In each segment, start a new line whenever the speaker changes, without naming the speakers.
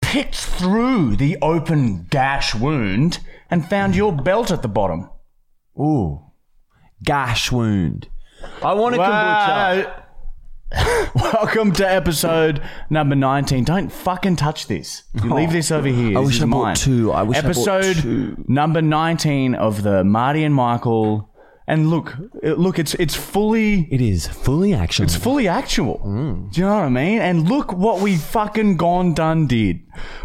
picked through the open gash wound and found your belt at the bottom.
Ooh. Gash wound. I want a kombucha.
Wow. Welcome to episode number 19. Don't fucking touch this. You leave this over here.
Oh. I
This
wish
is
I bought
mine.
two. I wish I bought
episode
two.
number 19 of the Marty and Michael. And look, it- look, it's it's fully
It is fully action.
it's fully actual. Do you know what I mean? And look what we fucking gone done did.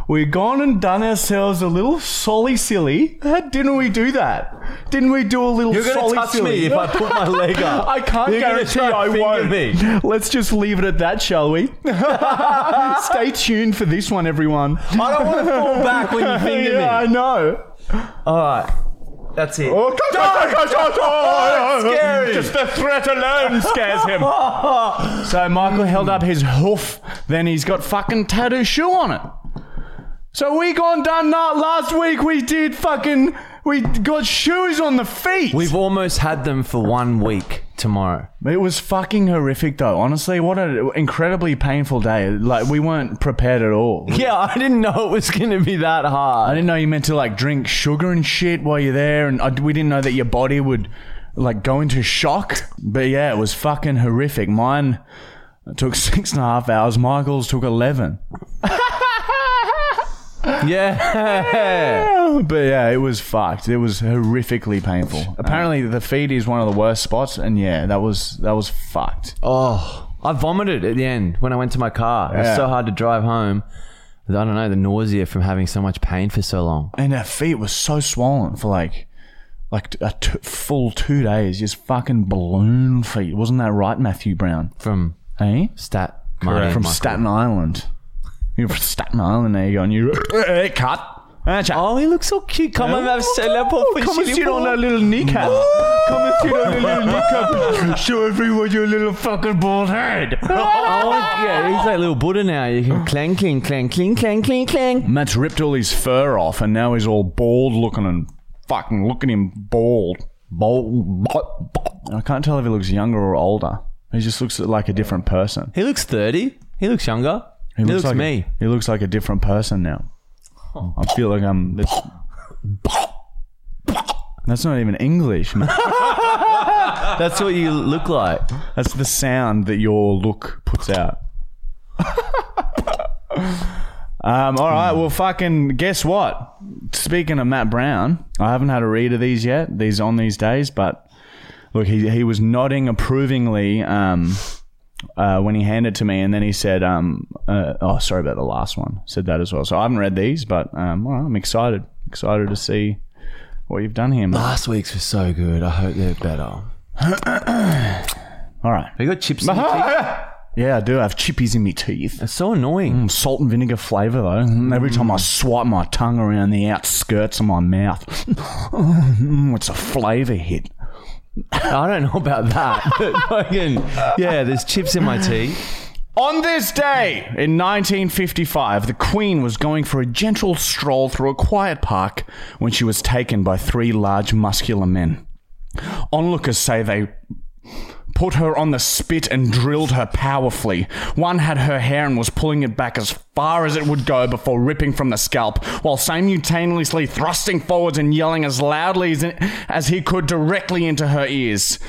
We gone and done ourselves a little solly silly. How didn't we do that? Didn't we do a little
You're going
solly
to touch
silly?
me if I put my leg up.
I can't
You're gonna
guarantee
try and
I
finger
won't.
Me.
Let's just leave it at that, shall we? Stay tuned for this one, everyone.
I don't want to fall back when you finger
yeah, I
me.
know.
All right. That's it.
Oh,
scary.
Just the threat alone scares him. so Michael held up his hoof, then he's got fucking tattoo shoe on it. So we gone done that last week. We did fucking. We got shoes on the feet.
We've almost had them for one week tomorrow.
It was fucking horrific, though. Honestly, what an incredibly painful day. Like we weren't prepared at all.
Yeah, I didn't know it was going to be that
I
hard.
didn't know you meant to like drink sugar and shit while you're there, and I, we didn't know that your body would like go into shock. But yeah, it was fucking horrific. Mine took six and a half hours. Michael's took eleven.
Yeah.
But yeah, it was fucked. It was horrifically painful. Apparently, the feet is one of the worst spots, and yeah, that was that was fucked.
Oh, I vomited at the end when I went to my car. It was
Yeah.
so hard to drive home. I don't know, the nausea from having so much pain for so long.
And her feet were so swollen for like like a t- full two days, just fucking balloon feet. Wasn't that right, Matthew Brown?
From
Eh?
Stat Marty
from
Michael.
Staten Island. You're from Staten Island, eh? there you go, and you cut. Oh,
Oh, he looks so cute. Come and have celebrate for
come and sit on our little kneecap. Come and sit on our little kneecap. Show everyone your little fucking bald head.
Oh, yeah, he's like little Buddha now. You can clang, cling, clang, cling, clang, cling, clang.
Matt's ripped all his fur off, and now he's all bald looking and fucking look at him bald.
Bolt, bolt, bolt.
I can't tell if he looks younger or older. He just looks like a different person.
He looks 30. He looks younger. He, looks,
like
me.
A, he looks like a different person now. I feel like I'm. That's, that's not even English, man.
That's what you look like.
That's the sound that your look puts out. um, all right. Well, fucking guess what? Speaking of Matt Brown, I haven't had a read of these yet. These on these days, but look, he he was nodding approvingly. Um, uh, when he handed to me, and then he said, um, uh, "Oh, sorry about the last one." Said that as well. So I haven't read these, but um, all right, I'm excited. Excited to see what you've done here. Mate.
Last week's was so good. I hope they're better.
All right.
Have you got chips in your teeth?
Yeah, I do have chippies in my teeth.
It's so annoying.
salt and vinegar flavour though. Every time I swipe my tongue around the outskirts of my mouth, Mm, it's a flavour hit.
I don't know about that. But fucking, yeah, there's chips in my tea.
On this day in 1955, the Queen was going for a gentle stroll through a quiet park when she was taken by three large muscular men. Onlookers say they put her on the spit and drilled her powerfully. One had her hair and was pulling it back as far as it would go before ripping from the scalp, while simultaneously thrusting forwards and yelling as loudly as, as he could directly into her ears.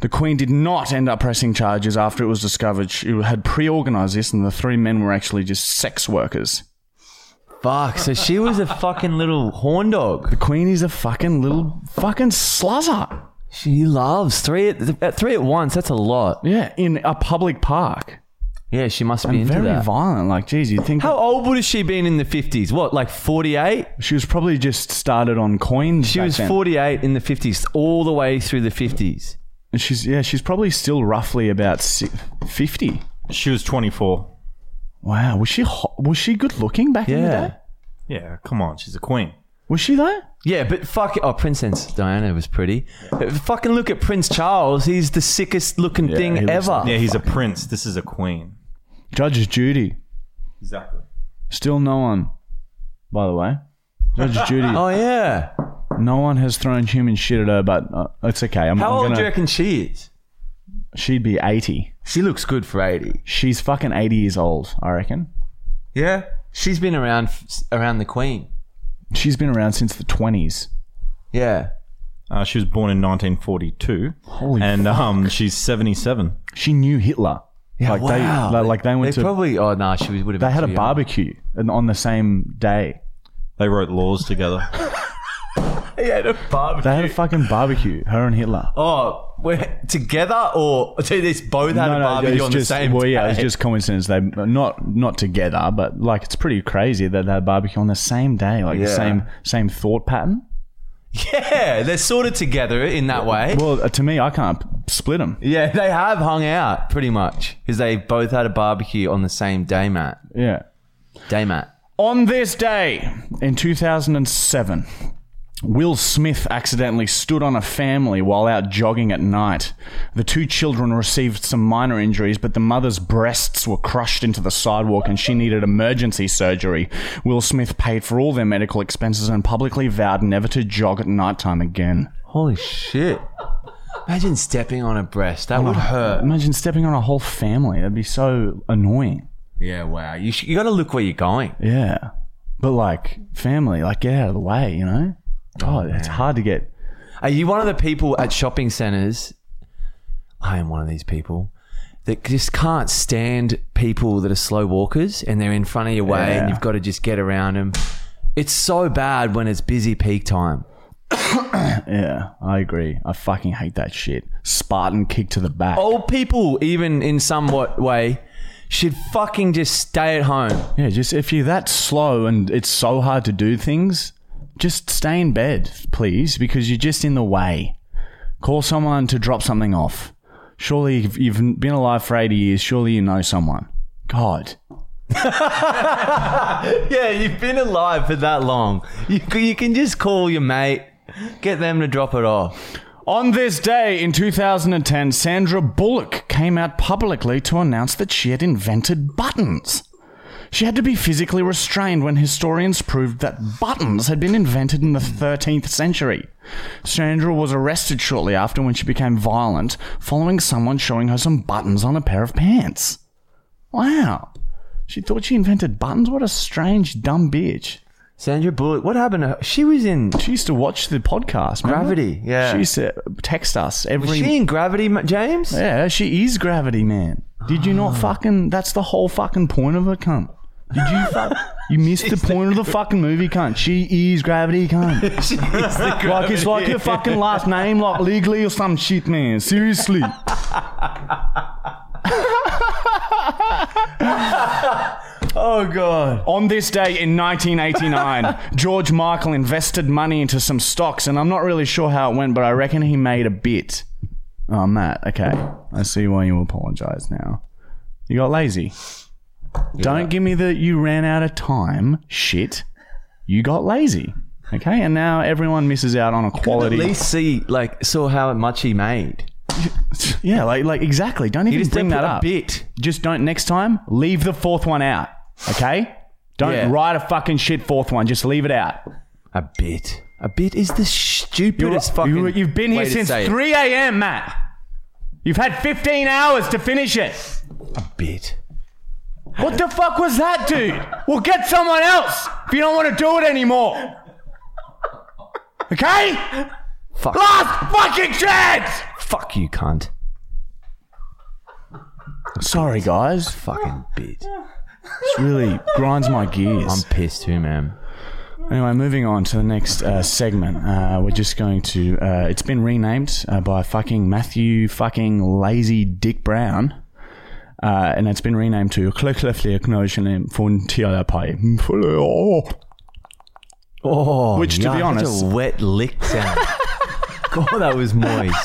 The Queen did not end up pressing charges after it was discovered she had pre organized this and the three men were actually just sex workers.
Fuck. So she was a fucking little horn dog.
The Queen is a fucking little fucking sluzzer.
She loves three at, at three at once. That's a lot.
Yeah, in a public park.
Yeah, she must be into
Very
that.
violent. Like, geez, you'd think
How old would have she been in the fifties? What, like forty-eight?
She was probably just started on coins.
She
back
was
then.
forty-eight in the fifties, all the way through the fifties.
And She's yeah. She's probably still roughly about si- fifty.
She was 24.
Wow. Was she hot? Was she good looking back in the
Yeah.
day?
Yeah, come on, she's a queen.
Was she though?
Yeah, but fuck. Oh, Princess Diana was pretty. But fucking look at Prince Charles. He's the sickest looking
he
thing
looks
ever.
Yeah, he's a prince. This is a queen.
Judge Judy.
Exactly.
Still no one. By the way, Judge Judy.
Oh yeah.
No one has thrown human shit at her, but uh, it's okay. I'm,
How
I'm
old do you
gonna.
reckon she is?
She'd be eighty.
She looks good for eighty.
She's fucking eighty years old. I reckon.
Yeah. She's been around f- around the Queen.
She's been around since the 20s.
Yeah.
Uh, she was born in 1942.
Holy
And um, she's 77.
She knew Hitler. Yeah, like
wow.
They, like, like they went to.
they probably. Oh no, she would have.
they had a barbecue and on the same day.
They wrote laws together.
They had a barbecue.
They had a fucking barbecue. Her and Hitler.
Oh, we're together or do this both had a barbecue
it's
on
just
the same
well, yeah,
day?
it's just coincidence. They not not together, but like it's pretty crazy that they had barbecue on the same day, like the
Yeah.
same same thought pattern.
yeah, they're sort of together in that way.
Well, uh, to me, I can't split them.
Yeah, they have hung out pretty much because they both had a barbecue on the same day, Matt.
Yeah.
Day, Matt.
On this day in 2007, Will Smith accidentally stood on a family while out jogging at night. The two children received some minor injuries, but the mother's breasts were crushed into the sidewalk and she needed emergency surgery. Will Smith paid for all their medical expenses and publicly vowed never to jog at nighttime again.
Holy shit. Imagine stepping on a breast. That would hurt.
Imagine stepping on a whole family. That'd be so annoying.
Yeah, wow. You, sh- you got to look where you're going.
Yeah. But like, family, like, get out of the way, you know? God, it's hard to get.
Are you one of the people at shopping centers? I am one of these people that just can't stand people that are slow walkers and they're in front of your way
Yeah.
and you've got to just get around them. It's so bad when it's busy peak time.
Yeah, I agree. I fucking hate that shit. Spartan kick to the back. Oh.
Old people, even in somewhat way, should fucking just stay at home.
Yeah, just if you're that slow and it's so hard to do things, just stay in bed, please, because you're just in the way. Call someone to drop something off. Surely, if you've been alive for 80 years, surely you know someone. God.
Yeah, you've been alive for that long. You, c- you can just call your mate, get them to drop it off.
On this day in 2010, Sandra Bullock came out publicly to announce that she had invented buttons. She had to be physically restrained when historians proved that buttons had been invented in the 13th century. Sandra was arrested shortly after when she became violent following someone showing her some buttons on a pair of pants. Wow. She thought she invented buttons? What a strange, dumb bitch.
Sandra Bullock, what happened to her? She was in.
She used to watch the podcast. remember?
Gravity, yeah.
She used to text us every
Was she in Gravity, Ma- James?
Yeah, she is Gravity Man. Did you not fucking? That's the whole fucking point of it, cunt. Did you fuck? You missed the point of the fucking movie, cunt. She is Gravity, cunt.
She is the
Like it's like your fucking last name, like legally or some shit, man. Seriously.
Oh god.
On this day in 1989, George Michael invested money into some stocks, and I'm not really sure how it went, but I reckon he made a bit. Oh, Matt. Okay, I see why you apologize now. You got lazy. Don't give me the you ran out of time shit. You got lazy. Okay, and now everyone misses out on a
At
quality.
least see like saw how much he made.
Yeah, like like exactly. Don't even
Just
bring that
didn't put
up.
A bit.
Just don't next time. Leave the fourth one out. Okay. Don't
Yeah.
write a fucking shit fourth one. Just leave it out.
A bit. A bit is the stupidest fucking.
You, you've been here
way to
since
say it.
3 a.m., Matt. You've had 15 hours to finish it.
A bit.
What the fuck was that, dude? Well, get someone else if you don't want to do it anymore. Okay?
Fuck.
Last fucking chance!
Fuck you, cunt.
Sorry, guys.
Fucking bit.
This really grinds my
I'm
gears.
pissed too, man.
Anyway, moving on to the next uh, segment. Uh, we're just going to. Uh, it's been renamed uh, by fucking Matthew fucking lazy Dick Brown. Uh, and it's been renamed to Klöcklerflick Notion von Tierpai.
Oh,
Which, to be
yuck, that's
honest-
a wet lick sound. God, that was moist.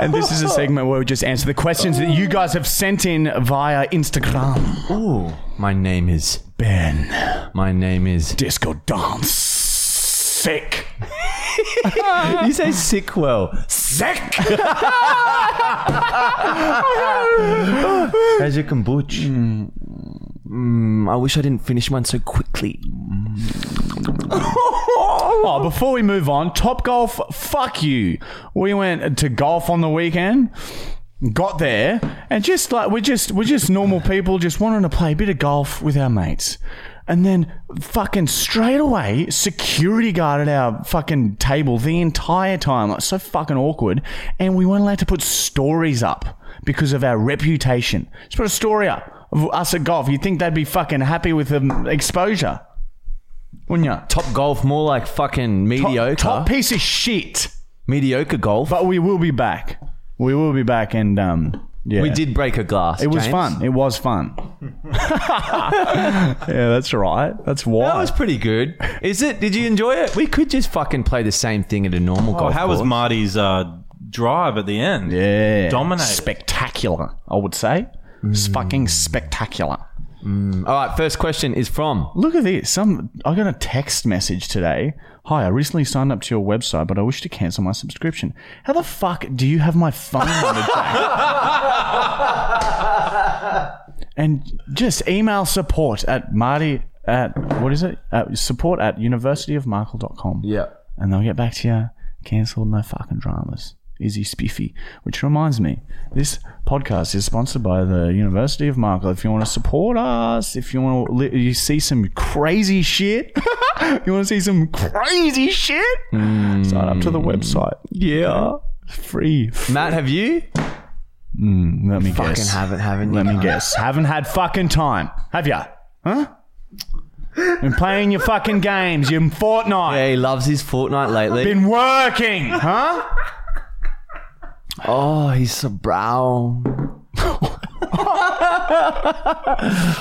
And this is a segment where we just answer the questions that you guys have sent in via Instagram.
Ooh, my name is.
Ben,
My name is.
disco dance. Sick.
you say sick well.
Sick.
How's your kombucha? Mm, I wish I didn't finish mine so quickly.
Oh, before we move on, Top Golf, fuck you. We went to golf on the weekend got there and just like we're just we're just normal people just wanting to play a bit of golf with our mates and then fucking straight away security guarded our fucking table the entire time like so fucking awkward and we weren't allowed to put stories up because of our reputation just put a story up of us at golf you'd think they'd be fucking happy with the exposure wouldn't you
Top golf, more like fucking mediocre.
Oh, top piece of shit
mediocre golf.
but we will be back we will be back and um yeah
We did break a glass.
It was
James.
fun. It was fun. yeah, that's right. That's why.
That was pretty good. Is it? Did you enjoy it? We could just fucking play the same thing at a normal
Oh,
golf
how was
course.
Marty's uh, drive at the end?
yeah.
Dominated.
Spectacular, I would say. It's
Hmm.
fucking spectacular.
All right, first question is from.
Look at this. Some I got a text message today. Hi, I recently signed up to your website, but I wish to cancel my subscription. How the fuck do you have my phone number? Jack? and just email support at Marty at what is it? At support at universityofmarkle.com. and they'll get back to you. Cancelled, no fucking dramas. Easy spiffy. Which reminds me, this podcast is sponsored by the University of Markle. If you want to support us, if you want to, li- you see some crazy shit, you want to see some crazy shit, sign up to the website. Yeah, free. F-
Matt, have you?
Mm, Let me
Fucking
guess.
haven't, haven't
Let
you?
me guess. Haven't had fucking time, have ya? Huh? Been playing your fucking games, your Fortnite.
Yeah, he loves his Fortnite lately.
Been working, huh?
Oh, he's so brown. All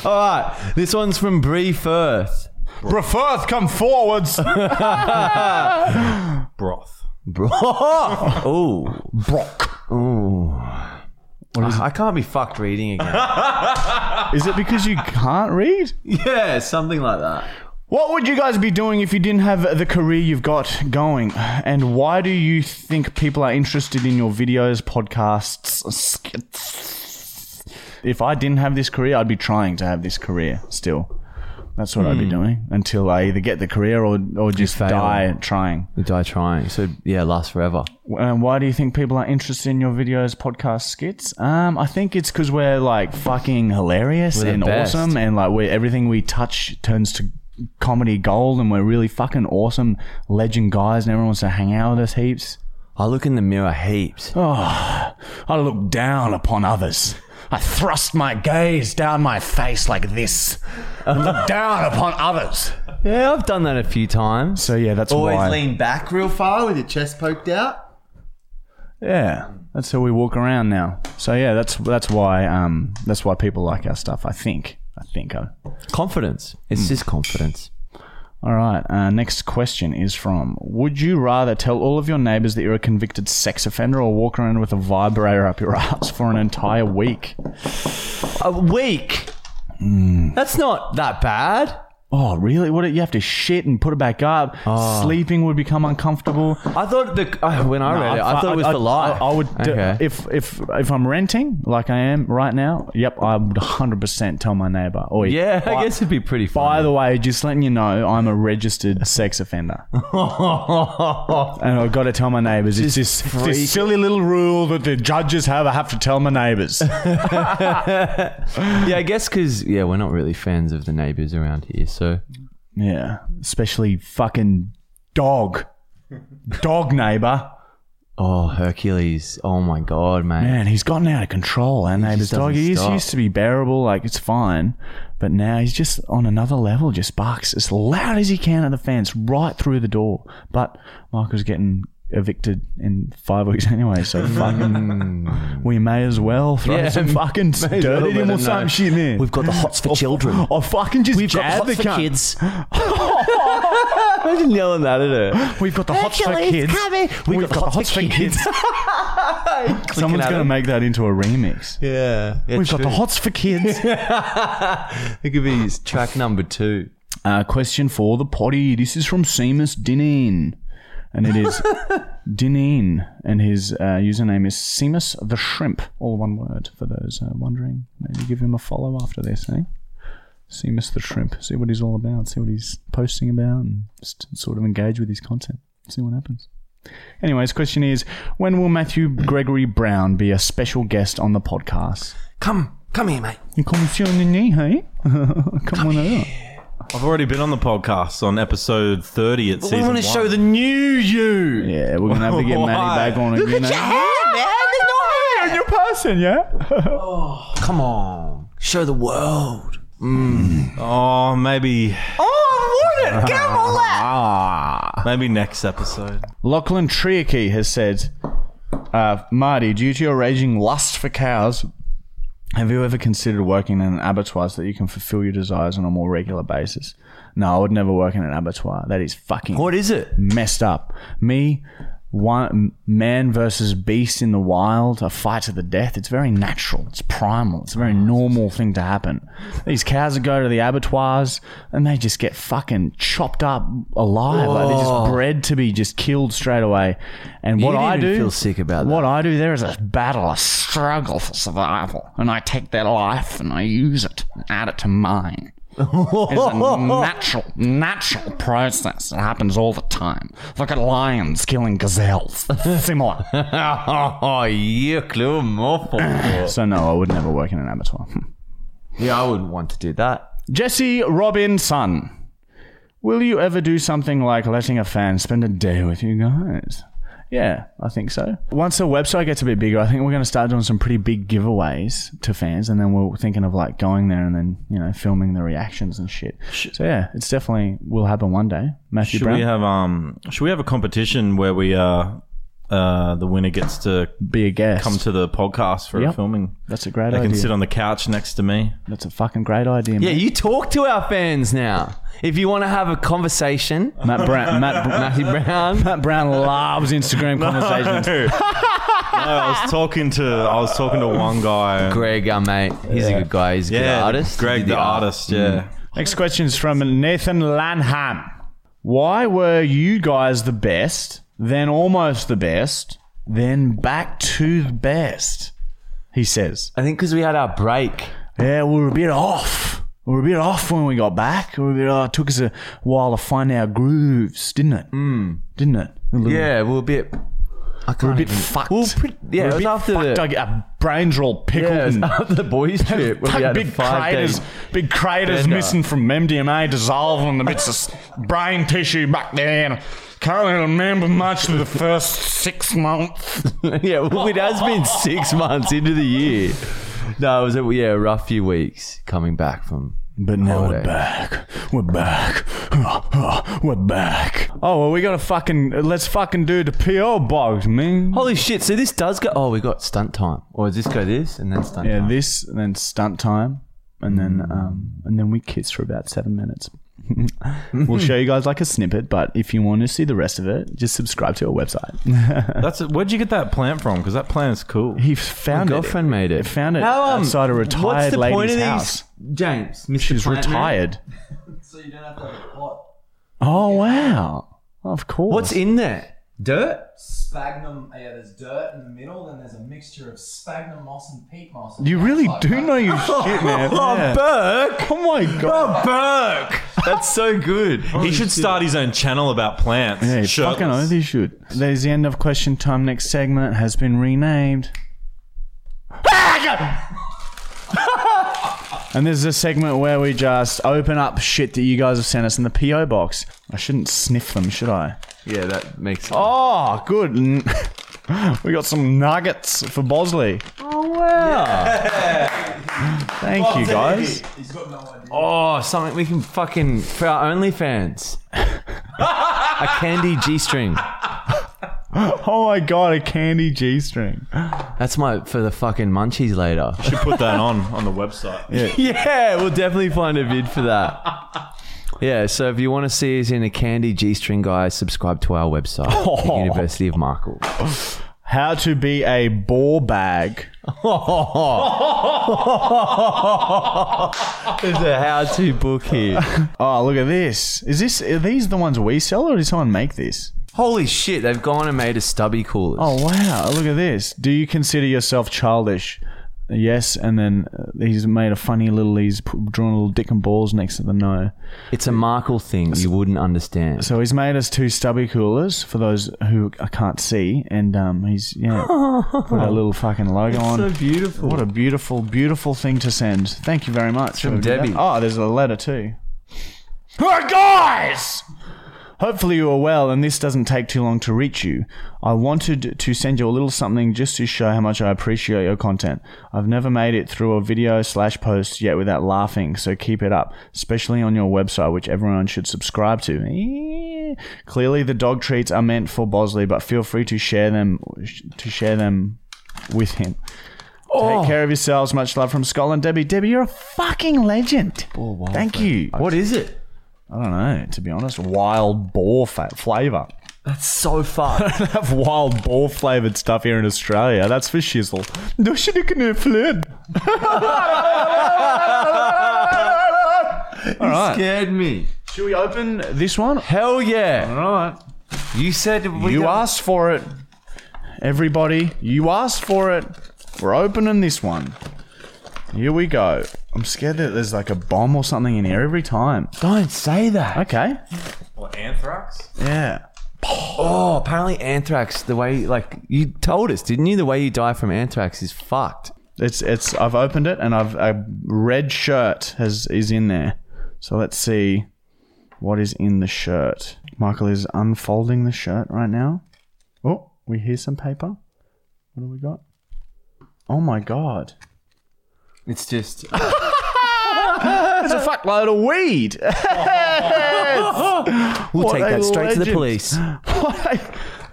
right, this one's from Bree Firth.
Preferth, come forwards.
Broth.
Bro, oh,
Brock.
I I can't be fucked reading again.
Is it because you can't read?
yeah, something like that.
What would you guys be doing if you didn't have the career you've got going? And why do you think people are interested in your videos, podcasts, skits? If I didn't have this career, I'd be trying to have this career still. That's what I'd be doing until I either get the career or, or just
fail.
die trying.
You die trying, so yeah, last forever.
Um, why do you think people are interested in your videos, podcasts, skits? Um, I think it's because we're like fucking hilarious
the
and
best.
awesome, and like we everything we touch turns to comedy gold, and we're really fucking awesome, legend guys, and everyone wants to hang out with us heaps.
I look in the mirror heaps.
I look down upon others. I thrust my gaze down my face like this. I look down upon others.
Yeah, I've done that a few times.
So yeah, that's
Always
why.
lean back real far with your chest poked out.
Yeah, that's how we walk around now. So yeah, that's that's why um that's why people like our stuff. I think. I think. I,
Confidence. It's just confidence.
all right. Uh, next question is from: Would you rather tell all of your neighbors that you're a convicted sex offender, or walk around with a vibrator up your ass for an entire week?
A week. That's not that bad.
Oh, really? What? You have to shit and put it back up.
Oh.
Sleeping would become uncomfortable.
I thought the uh, when I read it, I, thought it was the lie.
I, I would d-
Okay.
if if if I'm renting like I am right now. Yep, I would 100 percent tell my neighbor. Oi,
yeah, I
buy-
guess it'd be pretty
By
fun.
the way, just letting you know, I'm a registered sex offender, and I've got to tell my neighbours. It's this, this silly little rule that the judges have. I have to tell my neighbours.
yeah, I guess because yeah, we're not really fans of the neighbors around here. So
yeah, especially fucking dog, dog neighbour.
oh, Hercules. Oh my god, man.
Man, he's gotten out of control. Our neighbour's dog.
doesn't
He used,
stop.
used to be bearable, like it's fine, but now he's just on another level. Just barks as loud as he can at the fence, right through the door. But Michael's getting. Evicted in five weeks anyway, so fucking we may as well throw
Yeah,
some fucking
as
dirt
well
at him
let
or
him
some
know.
shit, man.
We've got the hots for children.
I'll fucking just
We've got
jab
the hots
the
for
cunt.
kids. Imagine yelling that at her.
We've got the hots for
Hercules
kids.
coming. We've got the hots for
Someone's
at
gonna
him.
make that into a remix.
Yeah,
We've got the hots for kids.
It could be his track number two.
Uh, question for the potty. This is from Seamus Dineen. And it is Dineen. And his uh, username is Seamus the Shrimp. All one word for those uh, wondering. Maybe give him a follow after this, eh? Seamus the Shrimp. See what he's all about. See what he's posting about. And just sort of engage with his content. See what happens. Anyways, question is when will Matthew Gregory Brown be a special guest on the podcast?
Come, come here, mate.
You come see on the knee, hey? come on over.
I've already been on the podcast on episode 30 at
We
season
want to
one.
show the new you.
Yeah, we're gonna have to get
Why?
Matty back on Look again. eh? At your hair, man. There's no hair on your person, yeah.
Come on, show the world.
Oh, maybe
Oh, I want it. Get on that. Ah.
maybe next episode.
Lachlan Triarchy has said, uh, Marty, due to your raging lust for cows, have you ever considered working in an abattoir so that you can fulfill your desires on a more regular basis? No, I would never work in an abattoir. That is fucking
What is it?
messed up. Me, one man versus beast in the wild, a fight to the death. It's very natural. It's primal. It's a very normal thing to happen. These cows that go to the abattoirs and they just get fucking chopped up alive. Like they're just bred to be just killed straight away. And what
didn't
I
even
do
feel sick about that.
What I do there is a battle, a struggle for survival, and I take their life and I use it and add it to mine. It's a Mm, natural, natural process. It happens all the time. Look at lions killing gazelles. Similar.
Oh, yuck, little awful.
so no, I would never work in an abattoir. Hmm.
yeah, I wouldn't want to do that.
Jesse Robinson. Will you ever do something like letting a fan spend a day with you guys? Yeah, I think so. Once the website gets a bit bigger, I think we're going to start doing some pretty big giveaways to fans, and then we're thinking of like going there and then you know filming the reactions and shit. So yeah, it's definitely will happen one day. Matthew
Should
Brown,
we have um should we have a competition where we uh uh the winner gets to
be a guest.
come to the podcast for
Yep.
filming?
That's a great
They
idea.
can sit on the couch next to me.
That's a fucking great idea,
Yeah,
mate.
you talk to our fans now. If you want to have a conversation,
Matt Brown. Matt, Matt,
Matthew Brown.
Matt Brown loves Instagram conversations.
I was talking to I was talking to one guy.
Greg, our mate, he's a good guy. He's a
Yeah,
good artist. He
Greg,
did
the,
art.
artist. Yeah.
Next question is from Nathan Lanham. Why were you guys the best, then almost the best, then back to the best? He says,
I think because we had our break.
Yeah, we were a bit off. We were a bit off when we got back. We were a bit, oh, it took us a while to find our grooves, didn't it? Mm. Didn't it? A little
Hmm. Yeah, we were a bit. I can't
a bit
even-
fucked.
We were pretty- yeah,
We
it
were a
was
bit
after
fucked.
the.
I get a brains were all pickled
Yeah, it was
and
after the boys trip. where we had a
Mm-hmm. big
five days-
craters, big craters
bender.
missing from MDMA, dissolving the bits of s- brain tissue back there. And can't really remember much of the first six months.
yeah, well, it has been six months into the year. No, it was a, yeah, a rough few weeks coming back from.
But now
Holiday.
we're back. We're back. We're back. Oh well, we gotta fucking let's fucking do the PO box, man.
Holy shit! So this does go. Oh, we got stunt time, or does this go this and then stunt
Yeah,
time?
this and then stunt time, and then um, and then we kiss for about seven minutes. we'll show you guys like a snippet, but if you want to see the rest of it, just subscribe to our website.
Mm.
That's where'd you get that plant from? Because that plant's cool.
He
My
found it.
girlfriend made
They
it.
found it
How, um,
outside a
what's
retired
the
lady's
point of these-
house.
James, Mr.
She's
Plant Man?
retired. so you don't have to have a pot. Oh wow! Of course.
What's in there? Dirt.
Spagnum, yeah, there's dirt in the middle, then there's a mixture of spagnum moss and peat moss.
you really do know your shit,
Oh,
man. Yeah.
Burke.
Oh my god!
Burke. That's so good.
He should start his own channel about plants.
Hey,
Shirtless.
fucking oath you should. There's the end of question time. Next segment has been renamed. and this is a segment where we just open up shit that you guys have sent us in the PO box. I shouldn't sniff them, should I?
Yeah, that makes. sense.
Oh, good. N- we got some nuggets for Bosley. Thank you, guys.
Oh, something we can fucking for our OnlyFans. a candy G-string.
Oh my god, a candy G string.
That's my for the fucking munchies later.
Should put that on on the website.
yeah, we'll definitely find a vid for that. Yeah, so if you want to see us in a candy G-string, guys, subscribe to our website, the University of Markle.
How to be a ball bag.
There's a how-to book here.
Oh, look at this. Is this are these the ones we sell or did someone make this?
Holy shit, they've gone and made a stubby cooler.
Oh wow, look at this. Do you consider yourself childish? Yes, and then uh, he's made a funny little. He's p- drawn little dick and balls next to the no.
It's a Markle thing you wouldn't understand.
Um, So he's made us two stubby coolers for those who I can't see, and um, he's yeah put a little fucking logo on.
beautiful.
What a beautiful, beautiful thing to send. Thank you very much. for
from
that.
Debbie.
Oh, there's a letter too. Alright, guys! Hopefully you are well and this doesn't take too long to reach you. I wanted to send you a little something just to show how much I appreciate your content. I've never made it through a video slash post yet without laughing, so keep it up, especially on your website, which everyone should subscribe to. Eh. Clearly the dog treats are meant for Bosley, but feel free to share them to share them with him.
Oh,
Take care of yourselves. Much love from Scotland, Debbie. Debbie, you're a fucking legend. Thank you.
What is it?
I don't know, to be honest. Wild boar fa- flavor.
That's so fucked.
Have wild boar flavored stuff here in Australia. That's for shizzle. No fled. All right.
Scared me.
Should we open this one?
Hell yeah.
All right.
You said we
You
got-
asked for it, everybody. You asked for it. We're opening this one. Here we go. I'm scared that there's like a bomb or something in here every time.
Don't say that.
Okay.
What, anthrax?
Yeah.
Oh, apparently anthrax. The way like you told us, didn't you? The way you die from anthrax is fucked.
It's it's. I've opened it and I've a red shirt has is in there. So let's see what is in the shirt. Michael is unfolding the shirt right now. Oh, we hear some paper. What do we got? Oh my god.
It's just
It's a fuckload of weed.
We'll
What
take
a
that straight to
legend.
the police.
What a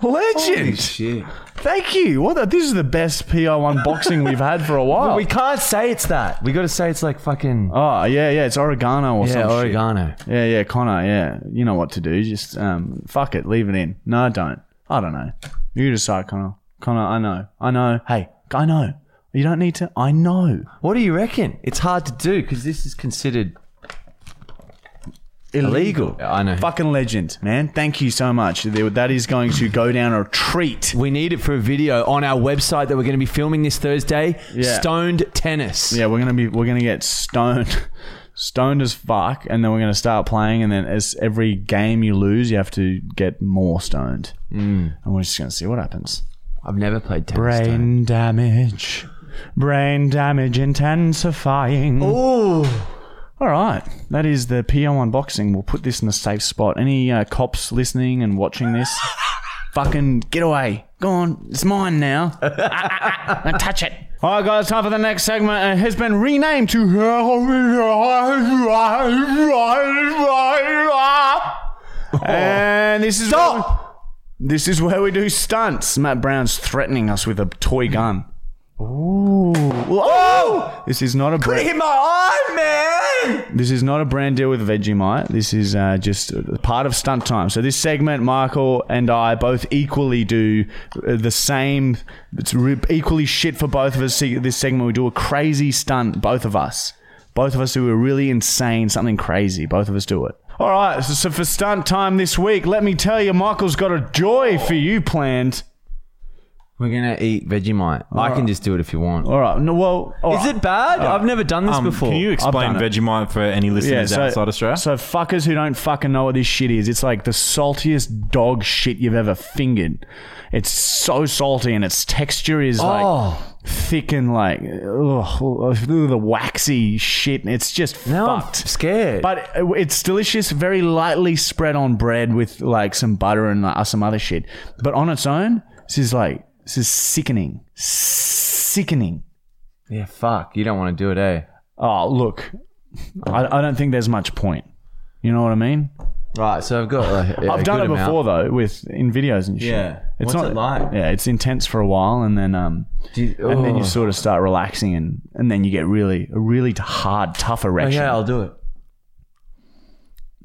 legend.
shit.
Thank you. What the, this is the best PO unboxing we've had for a while.
We can't say it's that. Oh. We got to say it's like fucking
oh yeah, yeah. It's oregano or
yeah,
something.
oregano.
Yeah, yeah, Connor, yeah. You know what to do. Just um, fuck it, leave it in. No, don't. I don't know. You decide, Connor. Connor, I know. I know. Hey, I know. You don't need to. I know.
What do you reckon? It's hard to do because this is considered illegal. I know.
Fucking legend, man. Thank you so much. There- That is going to go down a treat.
We need it for a video on our website that we're going to be filming this Thursday.
Yeah.
Stoned tennis.
Yeah, we're gonna be. We're gonna get stoned, stoned as fuck, and then we're gonna start playing. And then as every game you lose, you have to get more stoned. Mm. And we're just gonna see what happens.
I've never played tennis. Stone.
Brain damage. Brain damage intensifying.
Ooh.
All right. That is the PO unboxing. We'll put this in a safe spot. Any uh, cops listening and watching this, fucking get away. Go on. It's mine now. Don't touch it. All right, guys. Time for the next segment. It has been renamed to. And this is. Stop! This is where we do stunts. Matt Brown's threatening us with a toy gun. Ooh. Oh! This is not a break.
Hit my eye, man.
This is not a brand deal with Vegemite. This is uh, just part of stunt time. So this segment, Michael and I both equally do uh, the same. It's re- equally shit for both of us. See, This segment, we do a crazy stunt, both of us. Both of us do a really insane, something crazy. Both of us do it. All right. So, so for stunt time this week, let me tell you, Michael's got a joy for you planned.
We're gonna eat Vegemite. I can just do it if you want.
All right. No, well, all
Is
right.
it bad? I've never done this
Um,
before.
Can you explain
done it.
Vegemite for any listeners outside Australia?
So fuckers who don't fucking know what this shit is, it's like the saltiest dog shit you've ever fingered. It's so salty and its texture is
Oh.
like thick and like ugh, ugh, the waxy shit. It's just
now I'm
fucked.
scared.
But it- it's delicious, very lightly spread on bread with like some butter and like, some other shit. But on its own, this is like this is sickening, sickening.
yeah, fuck. You don't want to do it, eh?
Oh look, I, I don't think there's much point. You know what I mean?
Right. So I've got. Like, a- a
I've done it
good amount.
before though, with in videos and shit.
Yeah.
it's
What's
not
it like?
Yeah, it's intense for a while, and then um,
Do you-
and then you
oh.
sort of start relaxing, and and then you get really a really hard, tough erection.
Okay, I'll do it.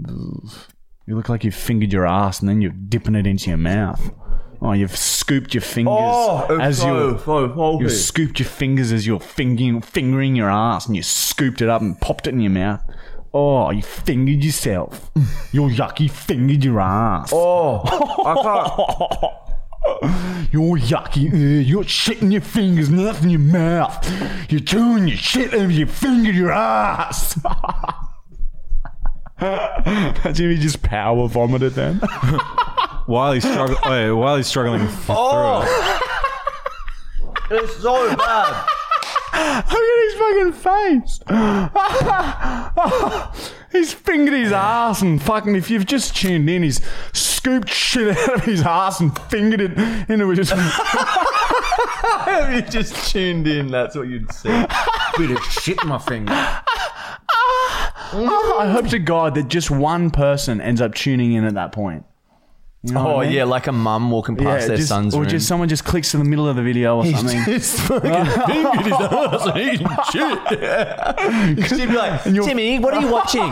You look like you've fingered your ass, and then you're dipping it into your mouth. Oh, you've scooped your fingers
Oh,
as you're. You scooped your fingers as you're fingering, fingering your ass, and you scooped it up and popped it in your mouth. Oh, you fingered yourself. Your yucky fingered your ass.
Oh, I can't.
You're yucky. uh, You're shitting your fingers, not in your mouth. You're chewing your shit over your finger, your ass. Imagine if he just power vomited then.
While he's struggling, while he's struggling f-
Oh.
through it.
It's so bad.
Look at his fucking face. he's fingered his ass and fucking. If you've just tuned in, he's scooped shit out of his ass and fingered it into his.
Have you just tuned in? That's what you'd see.
Bit of shit in my finger.
I hope to God that just one person ends up tuning in at that point. You know
Oh
what I mean?
yeah, like a mum walking past their
just-
son's
or
room.
just someone just clicks in the middle of the video or something.
She'd be like,
you're-
Timmy, what are you watching?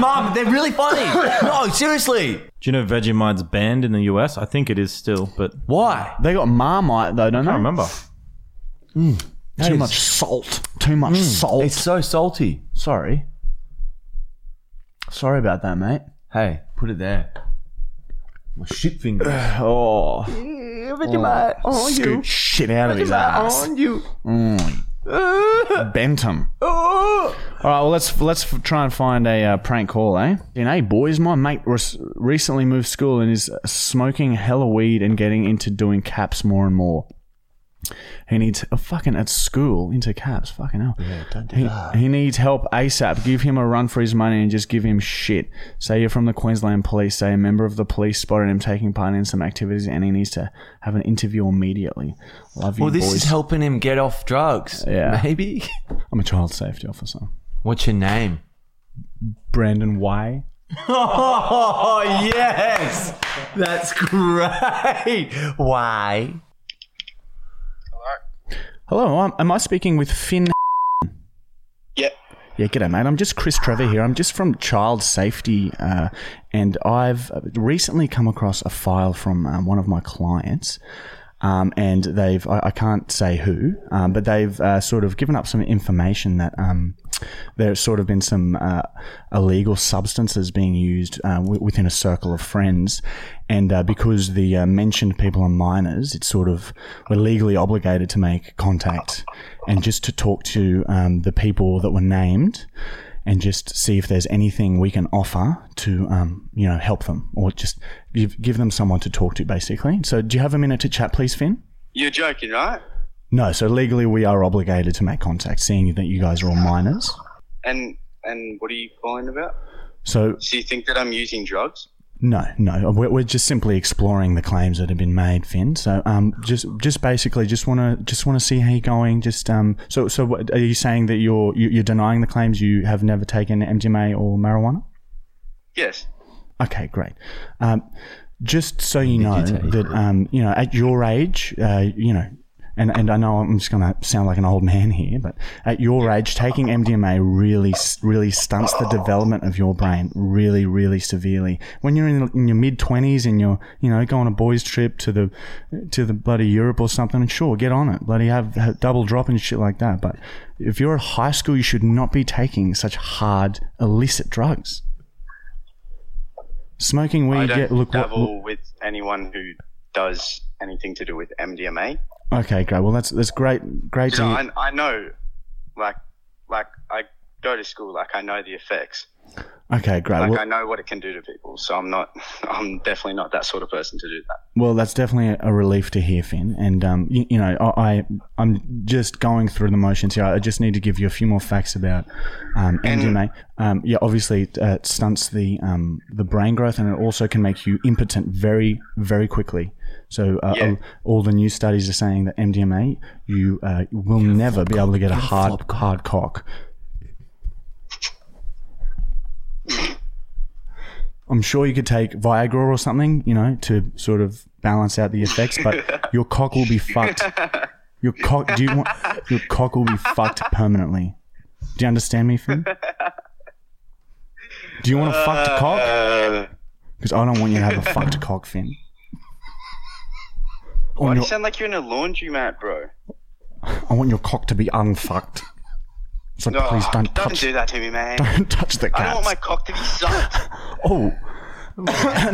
Mum, they're really funny. No, seriously.
Do you know Vegemite's banned in the US? I think it is still, but I
Why?
They got Marmite though, don't they?
don't remember.
Too much salt. Too much salt.
Hmm. It's so salty.
Sorry. Sorry about that, mate.
Hey,
Put it there. My shit finger.
Oh, scoot shit out of his ass.
you.
Bentham. All right, well let's let's f- try and find a uh, prank call, eh? And hey, boys, my mate res- recently moved school and is smoking hella weed and getting into doing caps more and more. He needs a fucking at school into caps, fucking hell. Yeah, don't do he, that. he needs help ASAP. Give him a run for his money and just give him shit. Say you're from the Queensland Police. Say a member of the police spotted him taking part in some activities and he needs to have an interview immediately. Love you,
Well, this
boys.
is helping him get off drugs.
Yeah.
Maybe.
I'm a child safety officer.
What's your name?
Brandon Way.
Oh yes, that's great. Why?
Hello, am, am I speaking with Finn?
Yep.
Yeah, g'day, mate. I'm just Chris Trevor here. I'm just from Child Safety, uh, and I've recently come across a file from um, one of my clients. Um, and they've, I, I can't say who, um, but they've uh, sort of given up some information that um, there's sort of been some uh, illegal substances being used uh, w- within a circle of friends. And uh, because the uh, mentioned people are minors, it's sort of we're legally obligated to make contact and just to talk to um, the people that were named and just see if there's anything we can offer to, um, you know, help them or just give, give them someone to talk to, basically. So, do you have a minute to chat, please, Finn?
You're joking, right?
No, so legally we are obligated to make contact, seeing that you guys are all minors.
And and what are you calling about?
So
So you think that I'm using drugs?
No, no. We're, we're just simply exploring the claims that have been made, Finn. So, um, just just basically, just want to just want to see how you're going. Just um, so so what, are you saying that you're you- you're denying the claims you have never taken MDMA or marijuana?
Yes.
Okay, great. Um, just so you know that um, you know at your age, uh, you know, and and I know I'm just gonna sound like an old man here, but at your age, taking MDMA really s- really stunts the development of your brain really really severely. When you're in, in your mid twenties and you're you know go on a boys trip to the to the bloody Europe or something, sure get on it, bloody have, have double drop and shit like that. But if you're at high school, you should not be taking such hard illicit drugs. Smoking
I
weed,
don't
yeah. Look, what,
dabble with anyone who does anything to do with MDMA.
Okay, great. Well, that's that's great. Great.
You
To
know, I, I know, like, like I go to school, like I know the effects,
okay, great.
like
well,
I know what it can do to people. So I'm not, I'm definitely not that sort of person to do that.
well, that's definitely a relief to hear, Finn. And um, you, you know, I, I I'm just going through the motions here. I just need to give you a few more facts about um, MDMA. Um, yeah, obviously, it, uh, it stunts the um, the brain growth, and it also can make you impotent very very quickly. So uh,
Yeah.
all the new studies are saying that MDMA, you uh, will never be able to get a hard hard cock. I'm sure you could take Viagra or something, you know, to sort of balance out the effects, but your cock will be fucked. Your cock, do you want, your cock will be fucked permanently. Do you understand me, Finn? Do you want a fucked cock?
Uh,
Because I don't want you to have a fucked cock, Finn. I
why
want,
do you
your,
sound like you're in a laundry mat, bro?
I want your cock to be unfucked. So
No,
please don't,
Oh, don't
touch,
do that to me, man.
don't touch the
I
cats.
don't want my cock to be sucked.
Oh,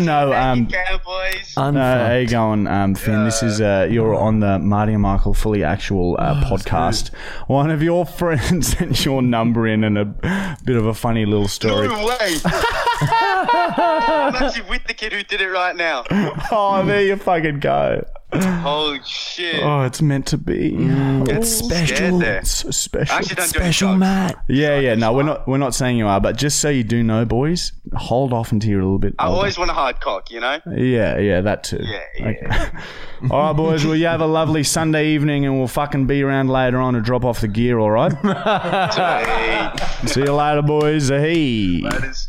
no, um,
Cowboys.
uh, how you going, um, Finn? This is uh, you're on the Marty and Michael Fully Actual
Oh,
uh, podcast. One of your friends sent your number in and a bit of a funny little story.
No way. I'm actually with the kid who did it right now.
Oh, there you fucking go.
Holy shit.
Oh, it's meant to be.
It's
Mm. Scared
special.
there.
It's so special.
I actually don't do any
Special,
drugs.
mate.
Yeah, yeah. No, we're not. We're not saying you are, but just so you do know, boys, hold off until you're a little bit.
I
older.
always want a hard cock, you know?
Yeah, yeah, that too.
Yeah, yeah.
Okay. all right, boys. Well, you have a lovely Sunday evening, and we'll fucking be around later on to drop off the gear. All right.
Hey,
See you later, boys. Hey,
that is-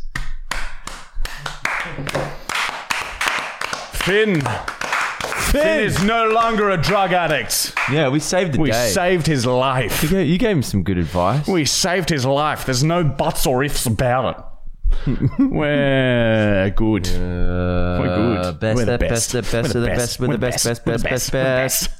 Finn. Finn is no longer a drug addict.
Yeah, we saved the
We
day.
saved his life.
you, gave, you gave him some good advice.
We saved his life. There's no buts or ifs about it. We're good. We're good.
Best,
We're the
best,
best.
Uh, best, best,
We're
best, best,
We're
best, best, best,
We're
best,
We're
best.